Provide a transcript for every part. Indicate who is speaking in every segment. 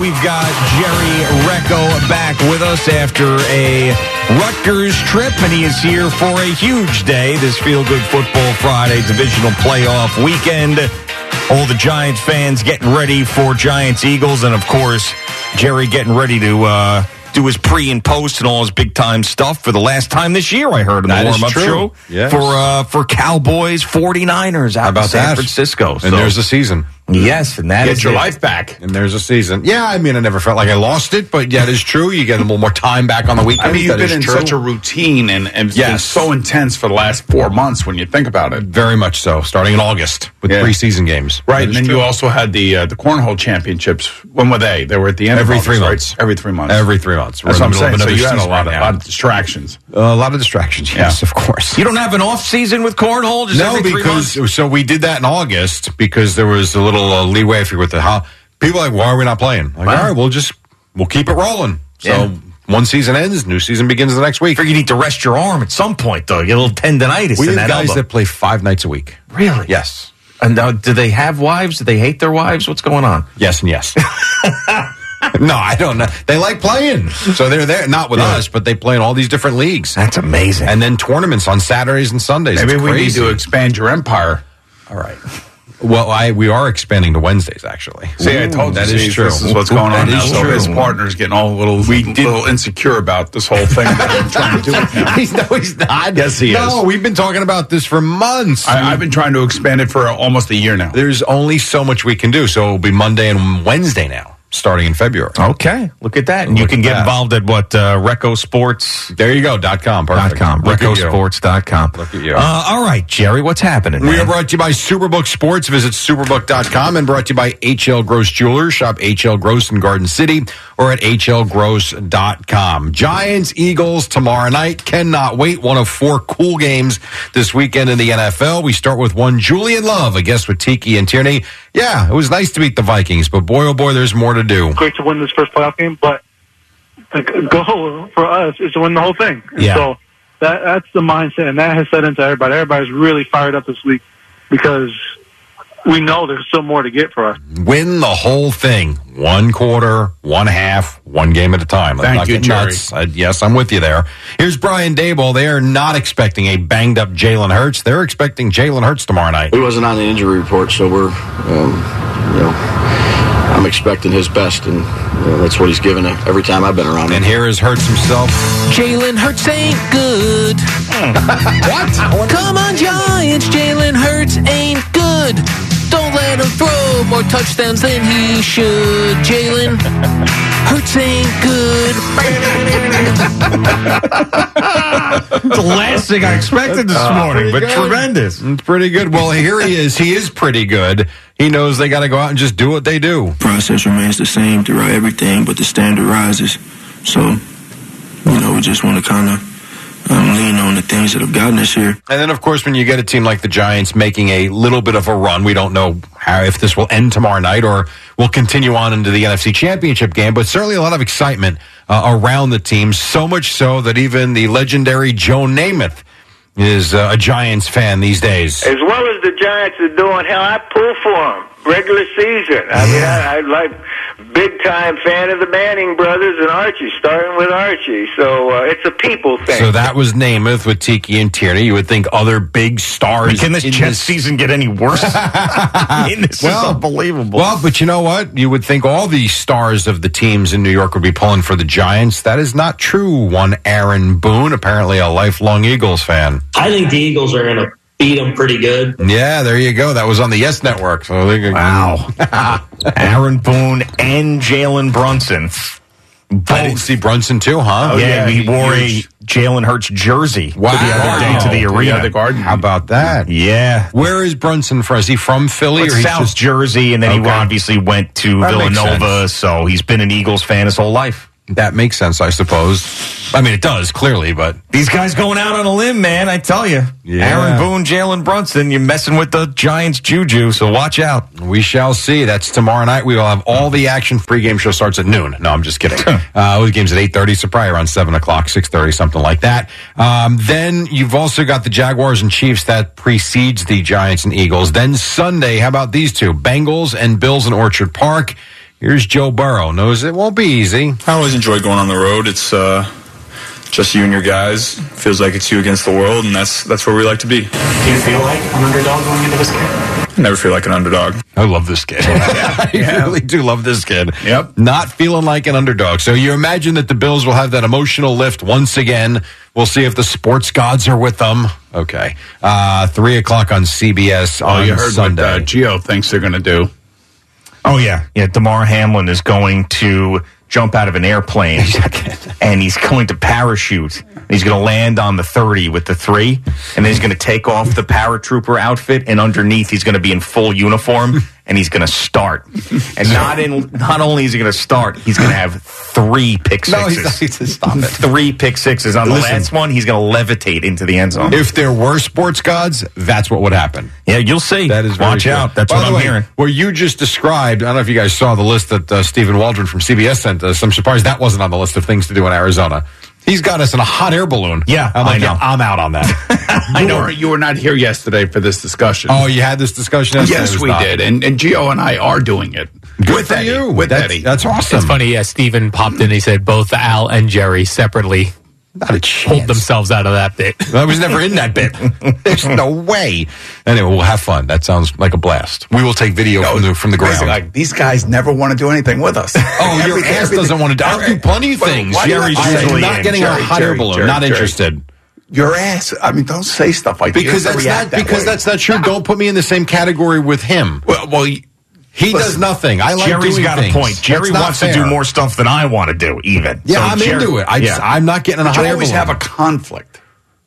Speaker 1: We've got Jerry Recco back with us after a Rutgers trip, and he is here for a huge day this Feel Good Football Friday divisional playoff weekend. All the Giants fans getting ready for Giants Eagles, and of course, Jerry getting ready to uh, do his pre and post and all his big time stuff for the last time this year. I heard in the
Speaker 2: That is
Speaker 1: warm up
Speaker 2: true.
Speaker 1: show
Speaker 2: Yes.
Speaker 1: for uh, for Cowboys 49ers out
Speaker 2: about
Speaker 1: in San
Speaker 2: that?
Speaker 1: Francisco.
Speaker 2: And there's a season.
Speaker 1: yes, and that is
Speaker 3: Get your
Speaker 1: it.
Speaker 3: life back.
Speaker 2: And there's a season. Yeah, I mean, I never felt like I lost it, but yeah, it is true. You get a little more time back on the weekend.
Speaker 3: I mean, you've been in such a routine and, and it's been
Speaker 2: Yes.
Speaker 3: so intense for the last four months when you think about it.
Speaker 2: very much so. Starting in August with
Speaker 3: Yeah.
Speaker 2: preseason games,
Speaker 3: Right,
Speaker 2: That
Speaker 3: and
Speaker 2: is
Speaker 3: then
Speaker 2: true.
Speaker 3: you also had the uh, the cornhole championships. When were they? They were at the end
Speaker 2: Every
Speaker 3: of August,
Speaker 2: three
Speaker 3: right?
Speaker 2: months.
Speaker 3: Every three months.
Speaker 2: every three months. We're
Speaker 3: That's
Speaker 2: in
Speaker 3: what I'm
Speaker 2: the middle
Speaker 3: saying.
Speaker 2: of
Speaker 3: So
Speaker 2: another
Speaker 3: you had a
Speaker 2: season
Speaker 3: lot, of,
Speaker 2: right
Speaker 3: lot of distractions.
Speaker 2: now. a lot of distractions. Yes, of course.
Speaker 1: You don't have an off season with cornhole. Just
Speaker 2: no,
Speaker 1: every three months?
Speaker 2: because so we did that in August because there was a little uh, leeway. I forget what the how people are like. Why are we not playing? Like, all right, we'll just we'll keep it rolling. So one season ends, new season begins the next week.
Speaker 1: figure you need to rest your arm at some point, though. You get a little tendonitis
Speaker 2: We
Speaker 1: in that
Speaker 2: have guys
Speaker 1: elbow.
Speaker 2: that play five nights a week.
Speaker 1: really?
Speaker 2: Yes,
Speaker 1: And now, do they have wives? Do they hate their wives? What's going on?
Speaker 2: yes, and yes. no, I don't know. They like playing, so they're there. Not with us, but they play in all these different leagues,
Speaker 1: That's amazing.
Speaker 2: and then tournaments on Saturdays and Sundays.
Speaker 3: Maybe
Speaker 2: It's
Speaker 3: we need
Speaker 2: crazy.
Speaker 3: to expand your empire.
Speaker 2: All right. Well, I we are expanding to Wednesdays actually.
Speaker 3: See, I told you
Speaker 2: that
Speaker 3: see,
Speaker 2: is true.
Speaker 3: This is what's going on
Speaker 2: That
Speaker 3: now.
Speaker 2: is
Speaker 3: So
Speaker 2: true.
Speaker 3: his partner's getting all a little, little insecure about this whole thing that I'm trying to do with him.
Speaker 2: he's, no, he's not.
Speaker 3: Yes, he
Speaker 2: no,
Speaker 3: is.
Speaker 2: we've been talking about this for months.
Speaker 3: I, I've been trying to expand it for almost a year now.
Speaker 2: There's only so much we can do. So it'll be Monday and Wednesday now, starting in February.
Speaker 3: Oh.
Speaker 1: okay, look at that. And you
Speaker 2: Look
Speaker 1: can
Speaker 2: at
Speaker 1: get
Speaker 2: that.
Speaker 1: involved at what uh, recosports.com.
Speaker 2: There you go. Dot com. Perfect. Look at you.
Speaker 1: Recosports.com.
Speaker 2: Look at you.
Speaker 1: Uh, all right, Jerry, what's happening?
Speaker 2: We are
Speaker 1: man?
Speaker 2: brought to you by Superbook Sports. Visit superbook.com and brought to you by HL Gross Jewelers. Shop HL Gross in Garden City or at hlgross.com. Giants, Eagles tomorrow night. Cannot wait. One of four cool games this weekend in the NFL. We start with one Julian Love, a guest with Tiki and Tierney. Yeah, it was nice to beat the Vikings, but boy, oh boy, there's more to do.
Speaker 4: great to win this first playoff game, but the g- goal for us is to win the whole thing. And
Speaker 1: Yeah.
Speaker 4: So that that's the mindset, and that has set into everybody. Everybody's really fired up this week because we know there's still more to get for us.
Speaker 2: Win the whole thing. One quarter, one half, one game at a time. Let's
Speaker 3: Thank
Speaker 2: not
Speaker 3: you,
Speaker 2: get
Speaker 3: Jerry.
Speaker 2: nuts. Uh, yes, I'm with you there. Here's Brian Dable. They are not expecting a banged up Jalen Hurts. They're expecting Jalen Hurts tomorrow night.
Speaker 5: He wasn't on the injury report, so we're, um, you know, I'm expecting his best, and you know, that's what he's given every time I've been around him.
Speaker 2: And here is Hurts himself.
Speaker 6: Jalen Hurts ain't good.
Speaker 7: Hmm.
Speaker 6: what? Come on, Giants. Jalen Hurts ain't good. Don't let him throw more touchdowns than he should. Jalen Hurts ain't good.
Speaker 1: That's the last thing I expected this morning, but tremendous.
Speaker 2: It's pretty good. Well, here he is. He is pretty good. He knows they got to go out and just do what they do.
Speaker 8: process remains the same throughout everything, but the standard rises. So, you know, we just want to kind of um, lean on the things that have gotten us here.
Speaker 2: And then, of course, when you get a team like the Giants making a little bit of a run, we don't know how, if this will end tomorrow night or will continue on into the NFC Championship game, but certainly a lot of excitement uh, around the team, so much so that even the legendary Joe Namath is uh, a Giants fan these days.
Speaker 9: As well as the Giants are doing, hell, I pull for them regular season. I mean, I, I like big time fan of the Manning brothers and Archie, starting with Archie. So uh, it's a people thing.
Speaker 2: So that was Namath with Tiki and Tierney. You would think other big stars.
Speaker 1: Can this
Speaker 2: in
Speaker 1: Jets season get any worse? I mean, this
Speaker 2: Well-
Speaker 1: is unbelievable.
Speaker 2: Well, but you know what? You would think all the stars of the teams in New York would be pulling for the Giants. That is not true. One Aaron Boone, apparently a lifelong Eagles fan.
Speaker 10: I think the Eagles are going to beat them pretty good.
Speaker 2: Yeah, there you go. That was on the Yes Network. So there you go.
Speaker 1: wow. Aaron Boone and Jalen Brunson.
Speaker 2: I didn't
Speaker 1: Both.
Speaker 2: see Brunson too, huh?
Speaker 1: Oh, yeah,
Speaker 3: yeah,
Speaker 1: he
Speaker 3: he-
Speaker 1: wore
Speaker 3: huge.
Speaker 1: a Jalen Hurts jersey
Speaker 2: Wow.
Speaker 1: the other day to the
Speaker 3: Wow.
Speaker 1: arena.
Speaker 3: Yeah, the garden.
Speaker 2: How about that?
Speaker 1: yeah,
Speaker 2: Where is Brunson from? Is he from Philly
Speaker 1: But
Speaker 2: or he's
Speaker 1: South
Speaker 2: just
Speaker 1: Jersey, and then he
Speaker 2: Okay.
Speaker 1: obviously went to
Speaker 2: That makes
Speaker 1: Villanova, so he's been an Eagles fan his whole life.
Speaker 2: that makes sense, I suppose. I mean, it does clearly, but
Speaker 1: These guys going out on a limb, man. I tell you,
Speaker 2: Yeah.
Speaker 1: Aaron Boone, Jalen Brunson, you're messing with the Giants juju, so watch out.
Speaker 2: We shall see. That's tomorrow night. We will have all the action. Pre-game show starts at noon. No, I'm just kidding. uh, the game's at 8.30, so probably around 7 o'clock, 6.30, something like that. Um, then you've also got the Jaguars and Chiefs that precedes the Giants and Eagles. Then Sunday, how about these two? Bengals and Bills in Orchard Park. Here's Joe Burrow. Knows it won't be easy.
Speaker 11: I always enjoy going on the road. It's uh, just you and your guys. Feels like it's you against the world, and that's that's where we like to be.
Speaker 1: Do you feel like an underdog going into this game?
Speaker 11: Never feel like an underdog.
Speaker 2: I love this kid. I really do love this kid.
Speaker 11: Yep.
Speaker 2: Not feeling like an underdog. So you imagine that the Bills will have that emotional lift once again. We'll see if the sports gods are with them. Okay. Uh, three o'clock on CBS
Speaker 11: Oh,
Speaker 2: on
Speaker 11: you heard
Speaker 2: Sunday.
Speaker 11: what uh, Geo thinks they're going to do.
Speaker 1: Oh yeah, yeah. Damar Hamlin is going to jump out of an airplane, and he's going to parachute. He's going to land on the thirty with the three, and then he's going to take off the paratrooper outfit, and underneath he's going to be in full uniform, and he's going to start. And not in not only is he going to start, he's going to have three pick
Speaker 2: No,
Speaker 1: sixes.
Speaker 2: he's not. He's stop it.
Speaker 1: Three pick sixes on the
Speaker 2: Listen.
Speaker 1: last one. He's going to levitate into the end zone.
Speaker 2: If there were sports gods, that's what would happen.
Speaker 1: Yeah, you'll see.
Speaker 2: That is very
Speaker 1: watch
Speaker 2: true.
Speaker 1: out. That's
Speaker 2: By
Speaker 1: what
Speaker 2: the
Speaker 1: I'm
Speaker 2: way,
Speaker 1: hearing.
Speaker 2: Where you just described, I don't know if you guys saw the list that uh, Stephen Waldron from CBS sent us. I'm surprised that wasn't on the list of things to do in Arizona. He's got us in a hot air balloon.
Speaker 1: Yeah,
Speaker 2: I'm like,
Speaker 1: I know.
Speaker 2: yeah, I'm out on that.
Speaker 11: I know you were not here yesterday for this discussion.
Speaker 2: oh, you had this discussion. yesterday? It
Speaker 11: yes,
Speaker 2: was
Speaker 11: we
Speaker 2: not.
Speaker 11: did, and and Geo and I are doing it
Speaker 2: Good
Speaker 11: with
Speaker 2: for
Speaker 11: Eddie.
Speaker 2: you.
Speaker 11: With
Speaker 2: that's,
Speaker 11: Eddie,
Speaker 2: that's awesome.
Speaker 12: It's funny. Yeah, Steven popped in. He said both Al and Jerry separately
Speaker 2: Not a
Speaker 12: pulled
Speaker 2: chance.
Speaker 12: themselves out of that bit.
Speaker 2: I was never in that bit. There's no way. Anyway, we'll have fun. That sounds like a blast. We will take video from the from the ground.
Speaker 11: Basically, like these guys never want to do anything with us.
Speaker 2: Oh, your
Speaker 11: Everything-
Speaker 2: ass
Speaker 11: everything-
Speaker 2: doesn't want to. do- I'll do
Speaker 11: Every-
Speaker 2: plenty of
Speaker 11: Wait,
Speaker 2: things.
Speaker 11: why do you
Speaker 2: Jerry's
Speaker 11: have to
Speaker 2: usually
Speaker 11: say
Speaker 2: not
Speaker 11: in?
Speaker 2: getting
Speaker 11: Jerry,
Speaker 2: a hot
Speaker 11: Jerry,
Speaker 2: air balloon.
Speaker 11: Jerry,
Speaker 2: not
Speaker 11: Jerry.
Speaker 2: interested.
Speaker 11: Your ass. I mean, don't say stuff like
Speaker 2: Because
Speaker 11: that. You have to
Speaker 2: that's
Speaker 11: react
Speaker 2: not
Speaker 11: that
Speaker 2: because
Speaker 11: way.
Speaker 2: that's not true. Don't put me in the same category with him.
Speaker 11: well. well you-
Speaker 2: He
Speaker 11: Listen,
Speaker 2: does nothing. I like
Speaker 1: Jerry's
Speaker 2: doing
Speaker 1: got
Speaker 2: things.
Speaker 1: a point. Jerry
Speaker 2: That's not
Speaker 1: wants to
Speaker 2: fair.
Speaker 1: do more stuff than I want to do, even.
Speaker 2: Yeah,
Speaker 1: So
Speaker 2: I'm
Speaker 1: Jerry-
Speaker 2: into it. I,
Speaker 1: yeah.
Speaker 2: I'm not getting in a
Speaker 11: you
Speaker 2: hot air
Speaker 11: always
Speaker 2: balloon.
Speaker 11: have a conflict.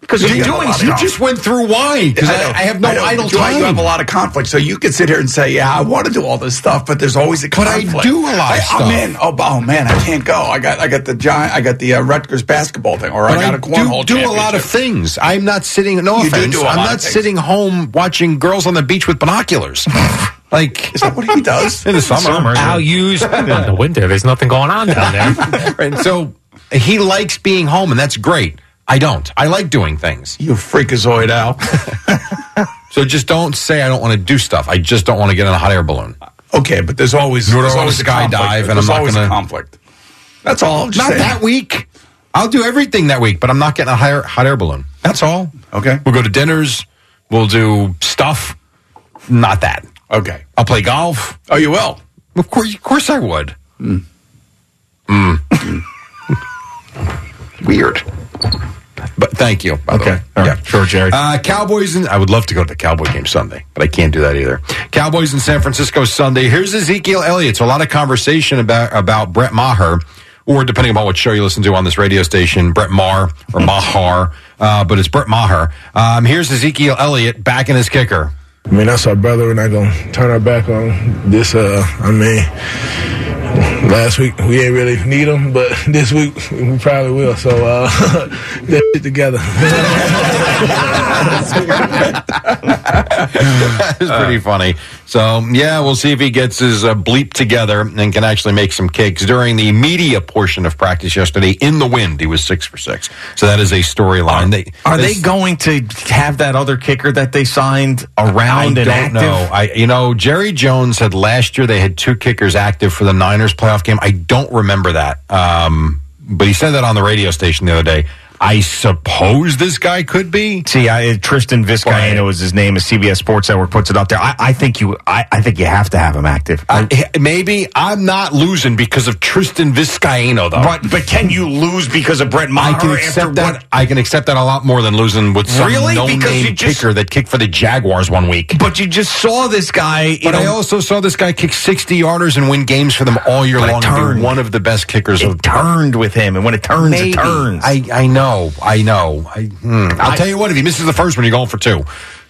Speaker 1: because
Speaker 11: you got
Speaker 1: you're
Speaker 11: a
Speaker 1: doing
Speaker 11: lot of
Speaker 2: You
Speaker 1: stuff.
Speaker 2: just went through why because I,
Speaker 11: know,
Speaker 2: I have no
Speaker 11: know,
Speaker 2: idle
Speaker 11: but you-
Speaker 2: time.
Speaker 11: You have a lot of conflict, so you can sit here and say, "Yeah, I want to do all this stuff," but there's always a
Speaker 2: But I
Speaker 11: conflict.
Speaker 2: do a lot
Speaker 11: I,
Speaker 2: of stuff.
Speaker 11: I'm in. Oh, oh, man, I can't go. I got I got the giant. I got the uh, Rutgers basketball thing, or
Speaker 2: But
Speaker 11: I got a cornhole.
Speaker 2: do, do a lot
Speaker 11: championship.
Speaker 2: of things. I'm not sitting. No
Speaker 11: You do
Speaker 2: offense.
Speaker 11: do a
Speaker 2: I'm
Speaker 11: lot
Speaker 2: not
Speaker 11: of things.
Speaker 2: sitting home watching girls on the beach with binoculars. like
Speaker 11: Is that what he does?
Speaker 2: in the summer.
Speaker 12: Al used in the winter. There's nothing going on down there.
Speaker 2: And so he likes being home, and that's great. I don't. I like doing things.
Speaker 11: You freakazoid out.
Speaker 2: So just don't say I don't want to do stuff. I just don't want to get in a hot air balloon.
Speaker 11: okay, but there's always
Speaker 2: Nor do
Speaker 11: there's
Speaker 2: I wanna
Speaker 11: always a conflict.
Speaker 2: skydive, and I'm
Speaker 11: there's
Speaker 2: not
Speaker 11: always
Speaker 2: gonna-
Speaker 11: a conflict. That's all. I'm just
Speaker 2: Not
Speaker 11: saying.
Speaker 2: that week. I'll do everything that week, but I'm not getting a higher, hot air balloon. That's all.
Speaker 11: Okay.
Speaker 2: We'll go to dinners. We'll do stuff. Not that.
Speaker 11: Okay.
Speaker 2: I'll play golf.
Speaker 11: Oh, you will.
Speaker 2: Of course, of course I would. Hmm. Mm. Weird. But thank you. By the way.
Speaker 1: All
Speaker 2: Yeah.
Speaker 1: right. Sure, Jerry.
Speaker 2: Uh, Cowboys and I would love to go to the Cowboy game Sunday, but I can't do that either. Cowboys in San Francisco Sunday. Here's Ezekiel Elliott. So a lot of conversation about about Brett Maher, or depending upon what show you listen to on this radio station, Brett Maher or Maher, uh, but it's Brett Maher. Um, here's Ezekiel Elliott back in his kicker.
Speaker 8: I mean, that's our brother. We're not going to turn our back on this. Uh, I mean, last week we ain't really need him, but this week we probably will. So, uh, that shit together.
Speaker 2: That is pretty
Speaker 1: Uh.
Speaker 2: funny. So yeah, we'll see if he gets his uh, bleep together and can actually make some kicks during the media portion of practice yesterday. In the wind, he was six for six. So that is a storyline. They-
Speaker 1: Are they
Speaker 2: this-
Speaker 1: going to have that other kicker that they signed
Speaker 2: I
Speaker 1: around
Speaker 2: don't
Speaker 1: and active?
Speaker 2: know. I you know Jerry Jones had last year they had two kickers active for the Niners playoff game. I don't remember that, um, but he said that on the radio station the other day. I suppose this guy could be.
Speaker 1: See, I, Tristan Vizcaino is his name. As CBS Sports Network puts it up there, I, I think you, I, I think you have to have him active.
Speaker 2: I- maybe I'm not losing because of Tristan Vizcaino, though.
Speaker 1: but but can you lose because of Brett Maher?
Speaker 2: I can
Speaker 1: after
Speaker 2: accept that.
Speaker 1: What,
Speaker 2: I can accept that a lot more than losing with some
Speaker 1: Really?
Speaker 2: no
Speaker 1: Because you
Speaker 2: name
Speaker 1: just-
Speaker 2: kicker that kicked for the Jaguars one week.
Speaker 1: but you just saw this guy. You
Speaker 2: But I
Speaker 1: know,
Speaker 2: also saw this guy kick 60 yarders and win games for them all year
Speaker 1: But it
Speaker 2: long. and be
Speaker 1: turned.
Speaker 2: one of the best kickers of
Speaker 1: it turned with him, and when it turns,
Speaker 2: Maybe.
Speaker 1: it turns.
Speaker 2: I, I know. I know. I, hmm. I'll tell you what, if he misses the first one, you're going for two.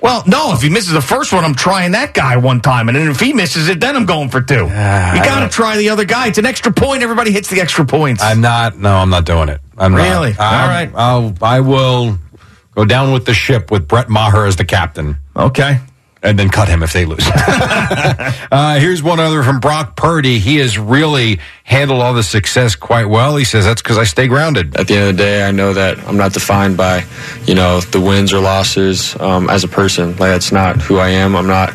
Speaker 1: Well, no, if he misses the first one, I'm trying that guy one time. And then if he misses it, then I'm going for two. you got to try the other guy. It's an extra point. Everybody hits the extra points.
Speaker 2: I'm not. No, I'm not doing it. I'm not.
Speaker 1: Really?
Speaker 2: I'm-
Speaker 1: All right.
Speaker 2: I'll, I will go down with the ship with Brett Maher as the captain.
Speaker 1: okay.
Speaker 2: and then cut him if they lose. uh, here's one other from Brock Purdy. He has really handled all the success quite well. He says that's because I stay grounded.
Speaker 5: At the end of the day, I know that I'm not defined by, you know, the wins or losses um, as a person. Like that's not who I am. I'm not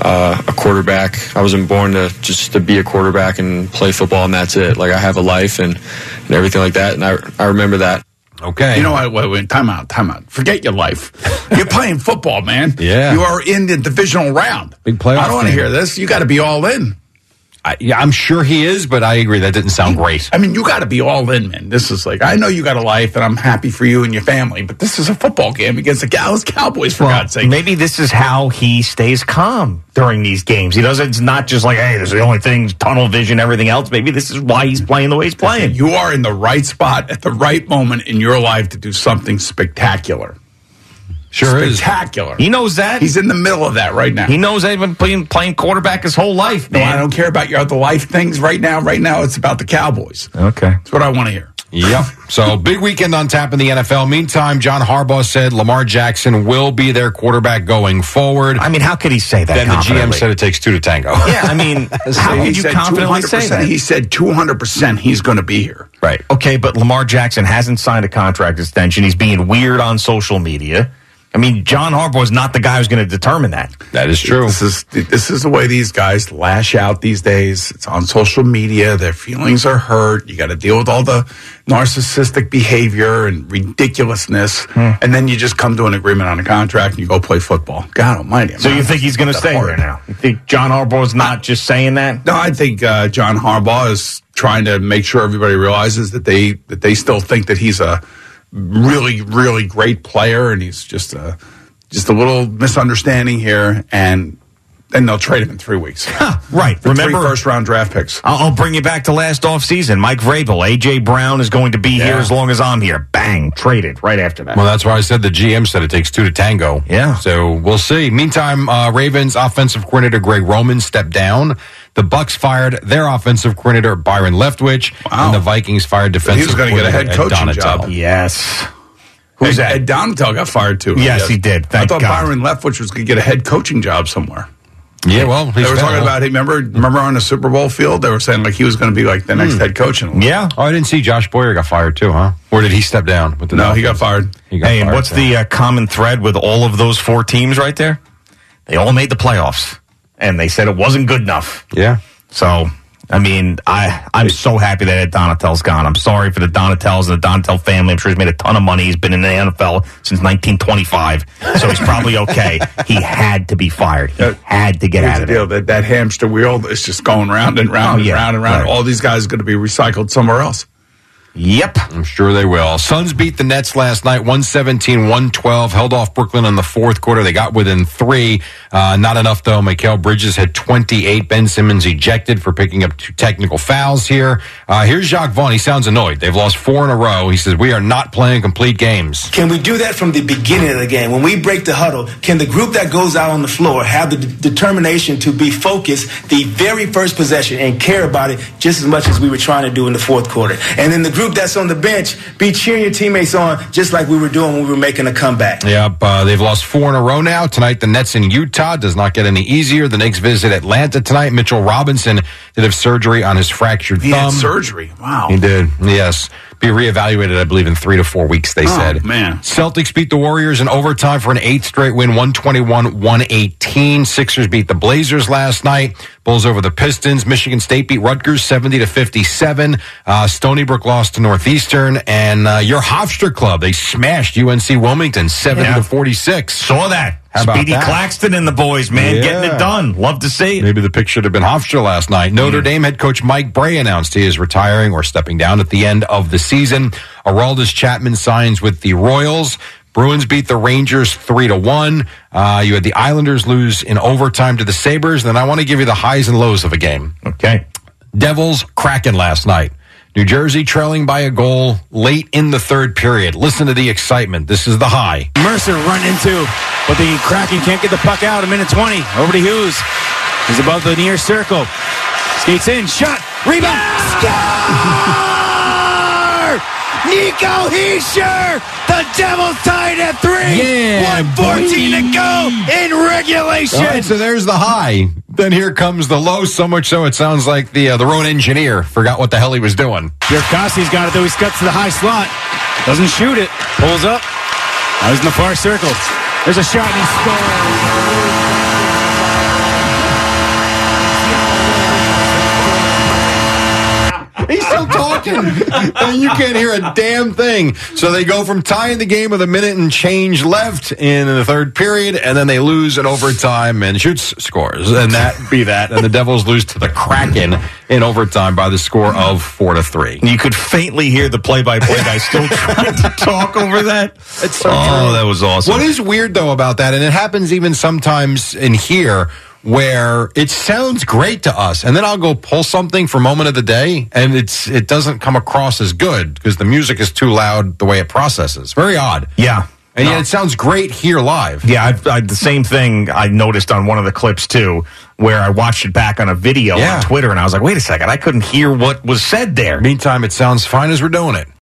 Speaker 13: uh, a quarterback. I wasn't born to just to be a quarterback and play football, and that's it. Like I have a life and, and everything like that, and I I remember that.
Speaker 14: Okay.
Speaker 3: You know what? Wait, wait, time out, time out. Forget your life. You're playing football, man.
Speaker 2: Yeah.
Speaker 3: You are in the divisional round.
Speaker 2: Big playoff
Speaker 3: I don't want to
Speaker 2: game.
Speaker 3: hear this. You got to be all in.
Speaker 2: I, yeah, I'm sure he is, but I agree that didn't sound great.
Speaker 3: I mean, you got to be all in, man. This is like I know you got a life, and I'm happy for you and your family, but this is a football game against the Dallas Cowboys, for God's sake.
Speaker 1: Maybe this is how he stays calm during these games. He doesn't. It's not just like, hey, this is the only thing, tunnel vision, everything else. Maybe this is why he's playing the way he's playing.
Speaker 3: You are in the right spot at the right moment in your life to do something spectacular.
Speaker 2: Sure
Speaker 3: is. Spectacular.
Speaker 1: He knows that.
Speaker 3: He's in the middle of that right now.
Speaker 1: He knows that he's been playing, playing quarterback his whole life,
Speaker 3: No,
Speaker 1: man.
Speaker 3: I don't care about your other life things right now. Right now, it's about the Cowboys.
Speaker 1: Okay.
Speaker 3: That's what I want to hear.
Speaker 2: Yep. So big weekend on tap in the NFL. Meantime, John Harbaugh said Lamar Jackson will be their quarterback going forward. I
Speaker 1: mean, how could he say that?
Speaker 2: Then the GM
Speaker 1: confidently?
Speaker 2: said it takes two to tango.
Speaker 1: Yeah, I mean, how
Speaker 3: He
Speaker 1: could you
Speaker 3: said
Speaker 1: confidently say
Speaker 3: 200%.
Speaker 1: that?
Speaker 3: He said 200% he's going to be here.
Speaker 2: Right.
Speaker 1: Okay, but Lamar Jackson hasn't signed a contract extension. He's being weird on social media. I mean, John Harbaugh is not the guy who's going to determine that.
Speaker 2: That is true.
Speaker 3: This is this is the way these guys lash out these days. It's on social media. Their feelings are hurt. You got to deal with all the narcissistic behavior and ridiculousness,
Speaker 1: Hmm.
Speaker 3: and then you just come to an agreement on a contract and you go play football. God Almighty! I'm
Speaker 1: So you
Speaker 3: not-
Speaker 1: think he's going to
Speaker 3: that's
Speaker 1: stay
Speaker 3: hard.
Speaker 1: here now? You think John Harbaugh's not just saying that?
Speaker 3: No, I think uh, John Harbaugh is trying to make sure everybody realizes that they that they still think that he's a really really great player, and he's just a just a little misunderstanding here, and then they'll trade him in three weeks.
Speaker 1: Right.
Speaker 3: For
Speaker 1: Remember,
Speaker 3: three first round draft picks.
Speaker 1: I'll I'll bring you back to last offseason. Mike Vrabel, AJ Brown is going to be here
Speaker 3: Yeah.
Speaker 1: as long as I'm here. Bang, traded right after that.
Speaker 2: Well, that's why I said the GM said it takes two to tango.
Speaker 1: Yeah.
Speaker 2: So we'll see. Meantime, uh, Ravens offensive coordinator Greg Roman stepped down. The Bucks fired their offensive coordinator Byron Leftwich, and the Vikings fired defensive.
Speaker 3: He was going to get a head
Speaker 2: coordinator Ed
Speaker 3: coaching
Speaker 2: Donatel.
Speaker 3: job.
Speaker 1: yes.
Speaker 3: Who's Ed, Ed Donatel got fired too.
Speaker 1: Yes, he did.
Speaker 3: I
Speaker 1: Thank
Speaker 3: thought
Speaker 1: God.
Speaker 3: Byron Leftwich was going to get a head coaching job somewhere.
Speaker 2: Yeah, well,
Speaker 3: They
Speaker 2: he's
Speaker 3: were talking
Speaker 2: back.
Speaker 3: about. Hey, remember, remember on the Super Bowl field, they were saying like he was going to be like the next head coach. And
Speaker 1: Hmm. Yeah.
Speaker 2: Oh, I didn't see Josh Boyer got fired too, huh? Or did he step down? With the
Speaker 3: no, he got
Speaker 2: Dolphins?
Speaker 3: fired.
Speaker 2: He got
Speaker 1: Hey, and
Speaker 2: fired,
Speaker 1: what's
Speaker 2: yeah.
Speaker 1: the uh, common thread with all of those four teams right there? They all made the playoffs, and they said it wasn't good enough.
Speaker 2: Yeah.
Speaker 1: So, I mean, I I'm so happy that Ed Donatel's gone. I'm sorry for the Donatels and the Donatel family. I'm sure he's made a ton of money. He's been in the NFL since 1925, so he's probably okay. he had to be fired. He had to get
Speaker 3: Here's
Speaker 1: out of
Speaker 3: the
Speaker 1: there.
Speaker 3: deal, that that hamster wheel is just going round and round
Speaker 1: Oh, yeah.
Speaker 3: and round and round.
Speaker 1: Right.
Speaker 3: All these guys are going to be recycled somewhere else.
Speaker 1: Yep.
Speaker 2: I'm sure they will. Suns beat the Nets last night 117 112, held off Brooklyn in the fourth quarter. They got within three. Uh, not enough, though. Mikael Bridges had 28. Ben Simmons ejected for picking up two technical fouls here. Uh, here's Jacques Vaughn. He sounds annoyed. They've lost four in a row. He says, We are not playing complete games.
Speaker 15: Can we do that from the beginning of the game? When we break the huddle, can the group that goes out on the floor have the d- determination to be focused the very first possession and care about it just as much as we were trying to do in the fourth quarter? And then the group that's on the bench be cheering your teammates on just like we were doing when we were making a comeback.
Speaker 2: Yep, uh, they've lost four in a row now. Tonight, the Nets in Utah does not get any easier. The Knicks visit Atlanta tonight. Mitchell Robinson did have surgery on his fractured
Speaker 3: He
Speaker 1: Um,
Speaker 2: thumb.
Speaker 3: had surgery. Wow.
Speaker 2: He did. Yes. Be reevaluated, I believe, in three to four weeks, they said.
Speaker 3: man.
Speaker 2: Celtics beat the Warriors in overtime for an eighth straight win, 121 118. Sixers beat the Blazers last night. Bulls over the Pistons. Michigan State beat Rutgers 70 to 57. Uh, Stony Brook lost to Northeastern. And uh, your Hofstra Club, they smashed UNC Wilmington 70
Speaker 1: Yeah.
Speaker 2: to 46.
Speaker 1: Saw that.
Speaker 2: How about
Speaker 1: Speedy
Speaker 2: that?
Speaker 1: Claxton and the boys, man,
Speaker 2: Yeah.
Speaker 1: getting it done. Love to see it.
Speaker 2: Maybe the pick should have been Hofstra last night. Notre Dame head coach Mike Bray announced he is retiring or stepping down at the end of the season. Araldus Chapman signs with the Royals. Bruins beat the Rangers three to one. Uh, you had the Islanders lose in overtime to the Sabers. Then I want to give you the highs and lows of a game.
Speaker 1: Okay.
Speaker 2: Devils Kraken last night. New Jersey trailing by a goal late in the third period. Listen to the excitement. This is the high.
Speaker 7: Mercer run into, but the Kraken can't get the puck out. A minute 20. Over to Hughes. He's above the near circle. Skates in. Shot. Rebound. Score! Nico Heischer! The Devils tied at three.
Speaker 2: Yeah,
Speaker 7: 114 to go in
Speaker 2: All right,
Speaker 7: regulation.
Speaker 2: so there's the high. Then here comes the low. So much so it sounds like the uh, the road engineer forgot what the hell he was doing.
Speaker 7: Yerkowski's got it though. He cuts to the high slot. Doesn't shoot it. Pulls up. Now he's in the far circle. There's a shot and he scores.
Speaker 2: still talking. and you can't hear a damn thing. So they go from tying the game with a minute and change left in the third period, and then they lose in overtime and shoots scores. And that be that. And the Devils lose to the Kraken in overtime by the score of four to three.
Speaker 1: You could faintly hear the play-by-play guy still trying to talk over that. It's so oh, that was awesome.
Speaker 2: What is weird though about that, and it happens even sometimes in here, where it sounds great to us, and then I'll go pull something for moment of the day, and it's it doesn't come across as good because the music is too loud the way it processes. Very odd.
Speaker 1: Yeah.
Speaker 2: And yet it sounds great here live.
Speaker 1: Yeah, I've, I, the same thing I noticed on one of the clips too, where I watched it back on a video
Speaker 2: Yeah.
Speaker 1: on Twitter, and I was like, "Wait a second, I couldn't hear what was said there."
Speaker 2: Meantime, it sounds fine as we're doing it.